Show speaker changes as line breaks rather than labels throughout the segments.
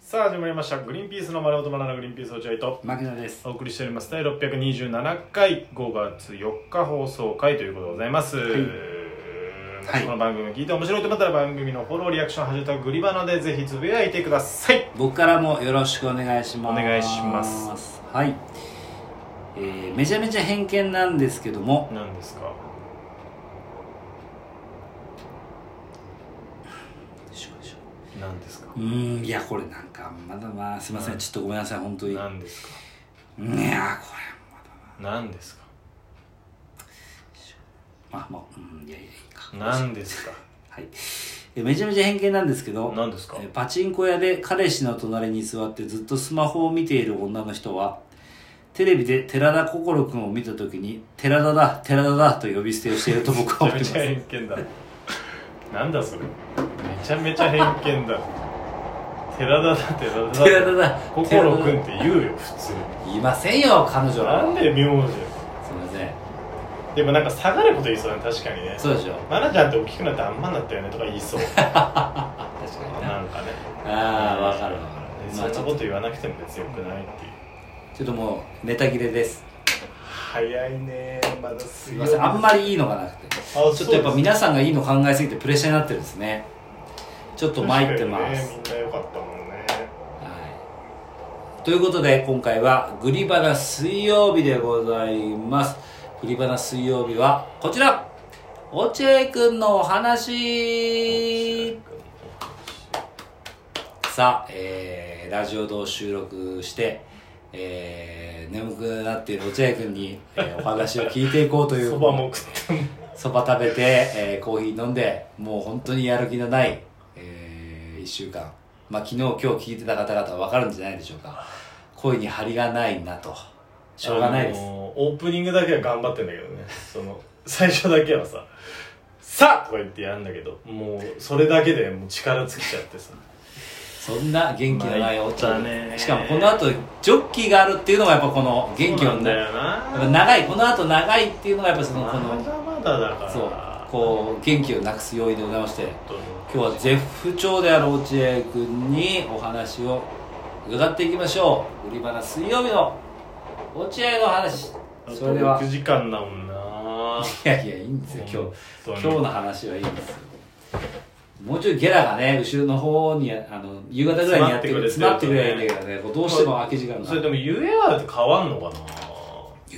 さあ始まりました「グリーンピースの丸ごとバナナグリーンピース落合」と
牧野です
お送りしております第627回5月4日放送回ということでございます、
はい
この番組聞いて面白いと思ったら番組のフォローリアクション「ハッシュタググリバナ」でぜひつぶやいてください
僕からもよろしくお願いします
お願いします
はい、えー、めちゃめちゃ偏見なんですけども
何ですか何ですか
うーんいやこれなんかまだまあすいませんちょっとごめんなさい本当にいやー
何ですか
これまだな
何ですか
まあまあうんいやいやいいか
何ですか
はいえーめちゃめちゃ偏見なんですけど
何ですか
えーパチンコ屋で彼氏の隣に座ってずっとスマホを見ている女の人はテレビで寺田心君を見た時に「寺田だ寺田だ」と呼び捨てをしていると僕は思い
め
ま
ちゃめちゃ
す
偏見だなんだそれめちゃめちゃ偏見だ寺田だ寺田だ
寺田だ
心くん
寺
っ
田
て
だ
言うよ普通
いませんよ彼女ら
なんで名字
すいません
でもなんか下がること言いそうだね確かにね
そうでしょ
マナちゃんって大きくなってあんまになったよねとか言いそう
確かにな
なんか ね
ああわかるわかる
そ
まあ
ん
ち
な
ょっ
こと
と
言わなくても別によくないっていう
ちょっともうネタ切れです
早いねまだす
すいませんあんまりいいのがなくてち
ょ
ょっとやっぱ皆さんがいいの考えすぎてプレッシャーになってるんですねちょっと参ってます、
みんな良かったもんね
はい、ということで今回は「グリバナ水曜日」でございますグリバナ水曜日はこちら落合君のお話さあ、えーラジオ同収録して、えー眠くなっている落合君に、えーお話を聞いていこうとい う
そばも食っても
そば食べて、えーコーヒー飲んでもう本当にやる気のない、え1週間まあ昨日今日聞いてた方々は分かるんじゃないでしょうか声に張りがないなとしょうがないです、
あのーオープニングだけは頑張ってんだけどねその最初だけはさ「さあ!」とか言ってやるんだけどもうそれだけでもう力尽きちゃってさ
そんな元気のないお茶、
まあ言ったね
しかもこの後ジョッキーがあるっていうのがやっぱこの元気
そうな
を
ん
ね
だ
やっ
よな
ぱ長いこの後長いっていうのがやっぱそのこ
ま
の
だまだだから
そうこう元気をなくす要因でございまして
ちょっ
今日は絶不調である落合君にお話を伺っていきましょう売り場の水曜日の落合の話
と
それでは
6時間だもんない
やいやいいんですよ今
本
日
当に
今日の話はいいんですよもうちょいゲラがね後ろの方にあの夕方ぐらいにやってくれ
詰
詰
ま
ま
っ
って
く
てく
れ
れ
て
ないんだけどねこうどうしても空き時間
それ
が
でも UAR って変わんのかな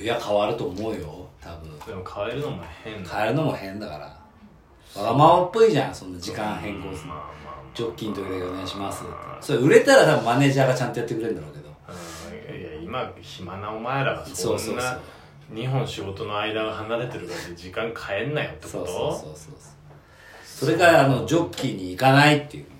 い
や変わると思うよ多分
でも変えるのも変だ
変えるのも変だからわがままっぽいじゃんそんな時間変更するの
まあまあまあ
ジョッキーの時だけお願いしますそれ売れたら多分マネージャーがちゃんとやってくれるんだろうけど
うんいやいや今暇なお前らが
そ
そ
うんそうそう
な2本仕事の間が離れてるからって時間変えんなよってこと
そうそうそうそうそれからあのジョッキーに行かないっていうね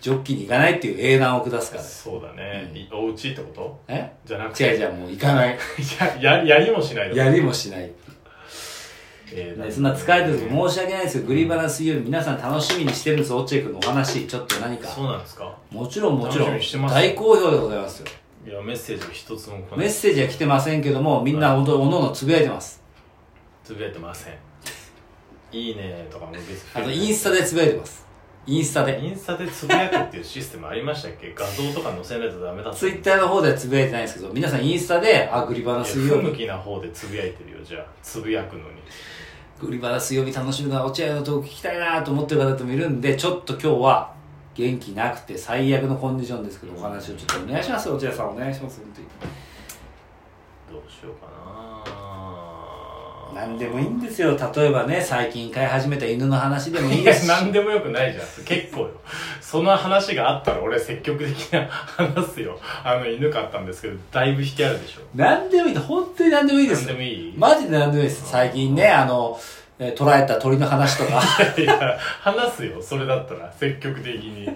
ジョッキーに行かないっていう英断を下すから
そうだね、
うん
いおうちってこと
え
じゃなくて
違う違うもう行かない
やややりもしない
やりもしない、
えー
ね、そんな疲れてる時申し訳ないですよグリバナ水曜日皆さん楽しみにしてるんです落合君のお話ちょっと何
そう
か
なんですか
もちろんもちろ
楽しみにしてま
ん
す
大好評でございますよ
いやメッセージが一つも来な
メッ
い
セージは来てませんけどもみんな本当おのおのつぶやいてます
つぶやいてません いいねとかも別に
あとインスタでつぶやいてますインスタで
インスタでつぶやくっていうシステムありましたっけ画像とか載せないとダメだった
ツイッターの方ではつぶやいてないんですけど皆さんインスタであグリバナ水
いや
曜
不向
日
きな方でつぶやいてるよじゃあつぶやくのに
グリバナ水曜日楽しみな落合のトーク聞きたいなと思ってる方もいるんでちょっと今日は元気なくて最悪のコンディションですけどお話をちょっとお願いします落合さんお願いします本当に
どうしようかな
何でもいいんですよ例えばね最近飼い始めた犬の話でもいい
い
で
や
すし
何でもよくないじゃん結構よその話があったら俺積極的な話すよあの犬飼ったんですけどだいぶ引きあるでしょ
何でもいい本当に何でもいいで
何
す
でもいい、
マジで何でもいいです最近ねあのえー捕らえた鳥の話とか
いや話すよそれだったら積極的に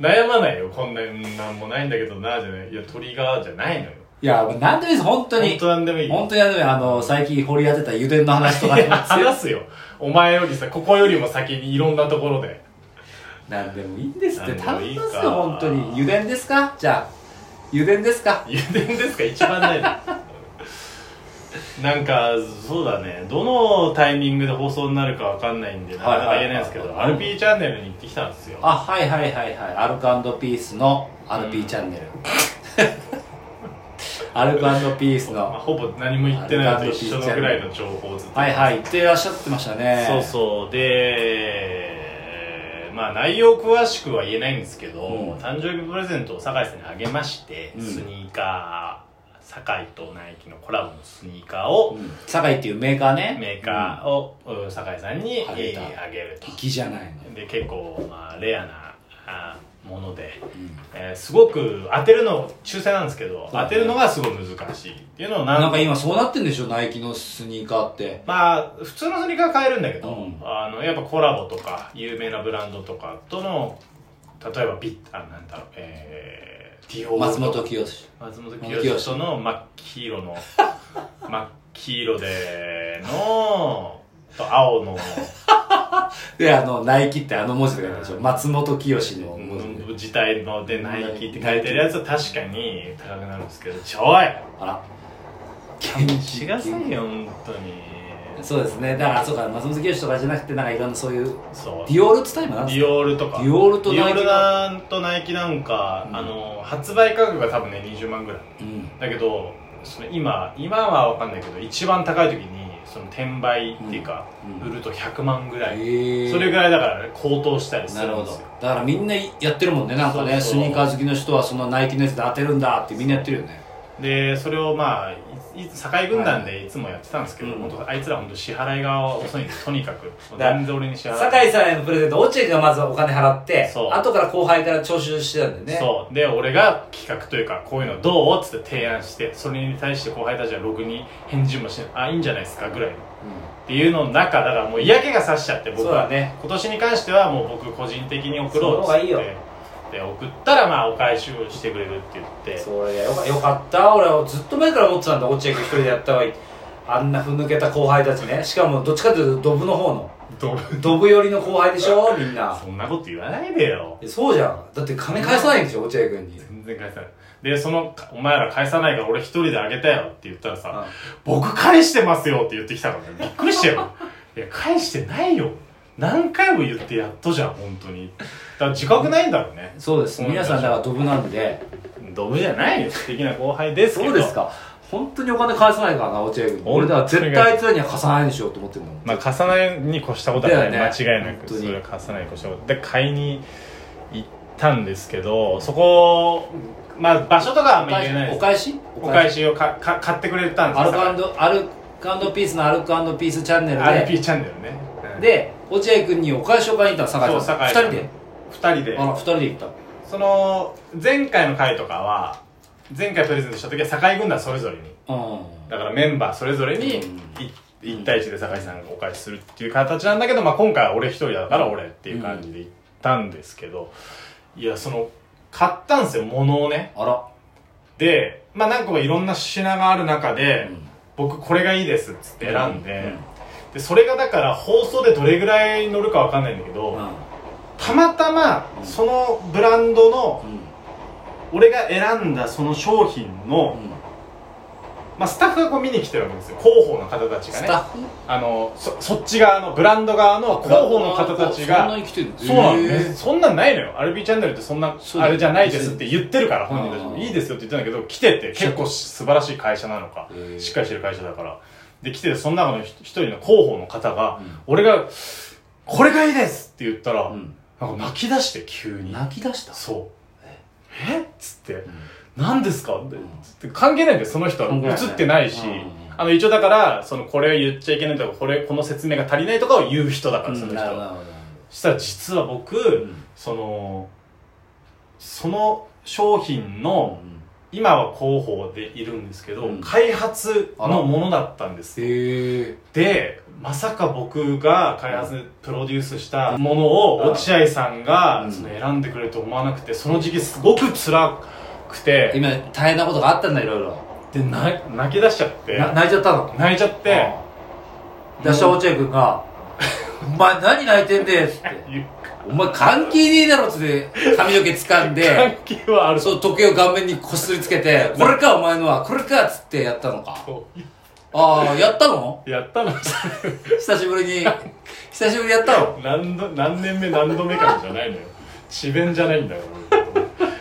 悩まないよこんなになんもないんだけどなじゃないいや鳥がじゃないのよ
いや何でもいいです本当
本
に
当なんでもいい
本当に何でもいいあの最近掘り当てた油田の話とか
いや話すよお前よりさここよりも先にいろんなところで
なんでもいいんですって
なん
頼
でもい
み
いか
ますよ本当に油田ですかじゃあ油田ですか
油田ですか一番ないのなんかそうだねどのタイミングで放送になるかわかんないんでなかなか言えないですけ
はい
ど
はいはい
RP チャンネルに行ってきたんですよ
あはいはいはいはいアルコピースのアルピーチャンネル、 アルコピース
まあ
の
ほぼ何も言ってないのと一緒のぐらいの情報をずっと
はいはい言ってらっしゃってましたね
そうそうでまあ内容詳しくは言えないんですけど、
うん
誕生日プレゼントを酒井さんにあげまして、
うん
スニーカー酒井とナイキのコラボのスニーカーを、
うん酒井っていうメーカーね
メーカーを、うん酒井さんにえー
あ
あ
げ
げ
た
る
うん粋じゃないの
とで結構、まあ、レアなあもので、えーすごく当てるの抽選なんですけど
そうだね
当てるのがすごい難しいっていうのを何
なんか今そうなってんでしょナイキのスニーカーって
まあ普通のスニーカーは買えるんだけど、
うん
あのやっぱコラボとか有名なブランドとかとの例えばビッあなんだろうえー、ディオール
松本清志
松本清志との真っ黄色の 真っ黄色でのと青の
であのナイキってあの文字で書いてあるでしょ松本清の文字で
の字体のでナイキって書いてるやつは確かに高くなるんですけどちょい
あら
勘弁してくださいよ本当に
そうですねだからそうか松本清とかじゃなくてなんかいろんなそういうデ
そう
ィオールっつったら今なん
デ
です
ィオールとか
ディオールとナイ
ディオ
キが
ールなんとナイキなんか、
うん
あの発売価格が多分ね20万ぐらい
かうん
だけどその今今は分かんないけど一番高い時にその転売っていうか、
うんうん
売ると100万ぐらい、
へえ
それぐらいだから高騰したりす
なる
る
ほ
んです
ど
よ
だからみんなやってるもんねなんかね
そうそう
スニーカー好きの人はそのナイキのやつで当てるんだってみんなやってるよね
でそれをまあいい境軍団でいつもやってたんですけど、
うん
本当あいつら本当支払いが遅い んでとにかく
だ
全然俺に支払い
酒井さんへのプレゼント落合がまずはお金払って
そう
後から後輩から徴収してたんだよね
そうで俺が企画というかこういうのどうっつって提案してそれに対して後輩たちはろくに返事もしないあいいんじゃないですかぐらいのっていうのの中だからもう嫌気がさしちゃって
うん
僕
そうだ
は
ね
今年に関してはもう僕個人的に送ろうっつ
その方が
っ
いいよ
てで送ったらまあお返しをしてくれるって言って
それよかよかった俺はずっと前から思ってたんだ落合君一人でやった方がいいあんなふぬけた後輩たちねしかもどっちかというとドブの方の
どう
ドブ寄りの後輩でしょみんな
そんなこと言わないでよ
えそうじゃんだって金返さないんでしょ落合君に
全然返さないでそのお前ら返さないから俺一人であげたよって言ったらさ、僕返してますよって言ってきたからねびっくりした よいや返してないよ何回も言ってやっとじゃん本当にだから自覚ないんだろうね
そうです皆さんだからドブなんで
ドブじゃないよ素敵な後輩ですけ
そ
ど
うですか本当にお金返さないからな落合君
当に
俺だから絶対あいつらには貸さないでしょうと思ってるの
まあ重ねに越したことはない、
だよね
間違いな
本
く
当
そ
に
れは重ねに越したことで買いに行ったんですけどそこまあ場所とかはあんまり言えない
お
です
返し
お返しをかか買ってくれたんです
アル
よ
コアルコピースのアルコピースチャンネル
RP チャンネルね
でで落合君にお返しを買いに行ったの
そう
酒
酒井
井さ
さ
ん
ん
2人で
2人で
あら2人で行った
その前回の回とかは前回プレゼントした時は堺軍団それぞれに
うん
だからメンバーそれぞれに
うん
い1対1で堺さんがお返しするっていう形なんだけど、まあ、今回は俺一人だから俺っていう感じで行ったんですけど、いやその買ったんですよ物をね
あら
でまあ何個かいろんな品がある中で、
うん
僕これがいいですっつって選んで、
うん
でそれがだから放送でどれぐらい乗るかわかんないんだけど、たまたまそのブランドの
うん
俺が選んだその商品の、まあ、スタッフがこう見に来てるわけですよ広報の方たちが
ス
ね
タッフ
あのそそっち側のブランド側の広報の方たち
そんな
が
に来てる
そうなの
ん
ねそんなんないのよアルビーチャンネルってそんな
そうだ
あ
よ
れじゃないですって言ってるから本人たち
あ
も
ー
いいですよって言ってたんだけど来てて結構素晴らしい会社なのか
へー
しっかりしてる会社だからで来ててその中の一人の広報の方が、
うん
俺が「これがいいです!」って言ったら、
うん
なんか泣き出して急に
泣き出した
そうえっつって
うん
何ですかって
うん
つって関係ないんだよその人は
関係ないね
映ってないし、
うんうんうん
あの一応だからそのこれを言っちゃいけないとかこれこの説明が足りないとかを言う人だから、その人
なるほど
は
なるほど
そしたら実は僕、
ん
そのその商品の
うん
今は広報でいるんですけど、
うん
開発のものだったんですよ
へえ
でまさか僕が開発プロデュースしたものを落合さん
う
が
ん
その選んでくれると思わなくてその時期すごく辛くて
今大変なことがあったんだいろいろ
で泣泣き出しちゃって
な泣いちゃったの
泣いちゃって
で、シャオチェ君が、 お前何泣いてんでっつって。
ゆ
お前関係ねえだろっつって、髪の毛掴んで、
関係はある
そう時計を顔面にこすりつけて、これかお前のは、これかっつってやったのか。
そう
ああ、やったの
やったの
久しぶりに。 久しぶりやったの
何度何年目何度目かじゃないのよ智弁じゃないんだか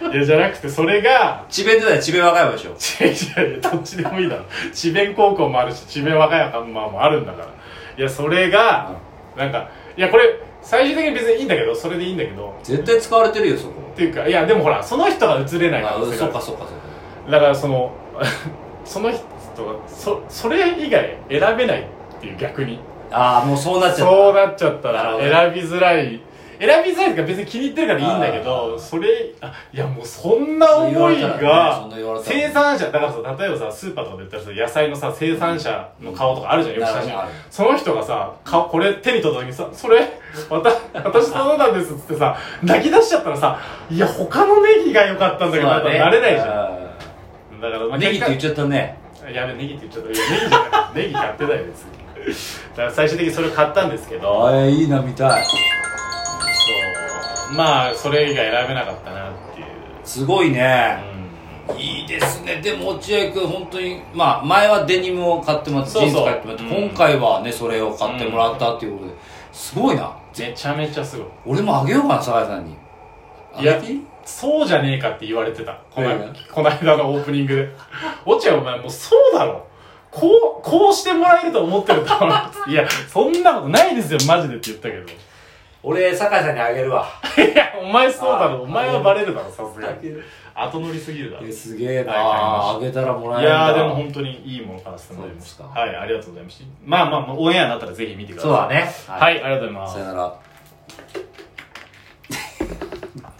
らいやじゃなくてそれが
智弁じゃない、智弁和歌山でしょ。
違う違ういやどっちでもいいだろ智弁高校もあるし智弁和歌山もあるんだからいやそれがなんかいやこれ最終的に別にいいんだけどそれでいいんだけど
絶対使われてるよ、そこ。
っていうかいやでもほらその人が映れない
あ
可能
う
性が
そ
あ
っ
る
かそっかそっか。
だからその その人がそそれ以外選べないっていう逆に
ああ、もうそうなっちゃった。
そうなっちゃった
なる
ら
ほ
選
ど
びづらい選びづらいとか別に気に入ってるからいいんだけ
あー
どそれあいやもうそんな思い
そん
が
な言われたらね
生産者だからさ例えばさスーパーとかで売ったらさ野菜のさ生産者の顔とかあるじゃんよく写
なるほどある
真その人がさ顔これ手に取った時にさ「それわた私そうなんです」っつってさ 泣き出しちゃったらさ「いや他のネギが良かったんだけど」なんか
そうだね
なれないじゃん
あ
だからま
ー
あ
ネギって言っ
結
ちゃったね。
果やべネギって言っちゃったいやネギじゃないネギ買ってない別にだから最終的にそれを買ったんですけど
ああ、いいな、見たい。
そうまあそれ以外選べなかったなっていう、
すごいね。
う
いいですね。でも、落合君、本当に、まあ、前はデニムを買ってもらって、
そうそう
ジーンズ買ってもらって、
うん
今回はね、それを買ってもらったっていうことで、すごいな。
ん、めちゃめちゃすごい
俺もあげようかな、酒井さんに。あげていい
そうじゃねえかって言われてたこの,、
え
この間のオープニングで「落合お前もうそうだろこうこうしてもらえると思ってるだろ」いやそんなことないですよマジで」って言ったけどい
俺、酒井さんにあげるわ。
やお前そうだろお前はバレるだろさすが
あげ
に
る
後乗りすぎるだろ
えすげえな
は
ああげたらもら
い
えるん
や
だ
ーでも本当にいいものからさせてもらいました
そうですか
はいありがとうございましたまあまあまあオンエアになったらぜひ見てください
そうだね
はい、ありがとうございます
さよなら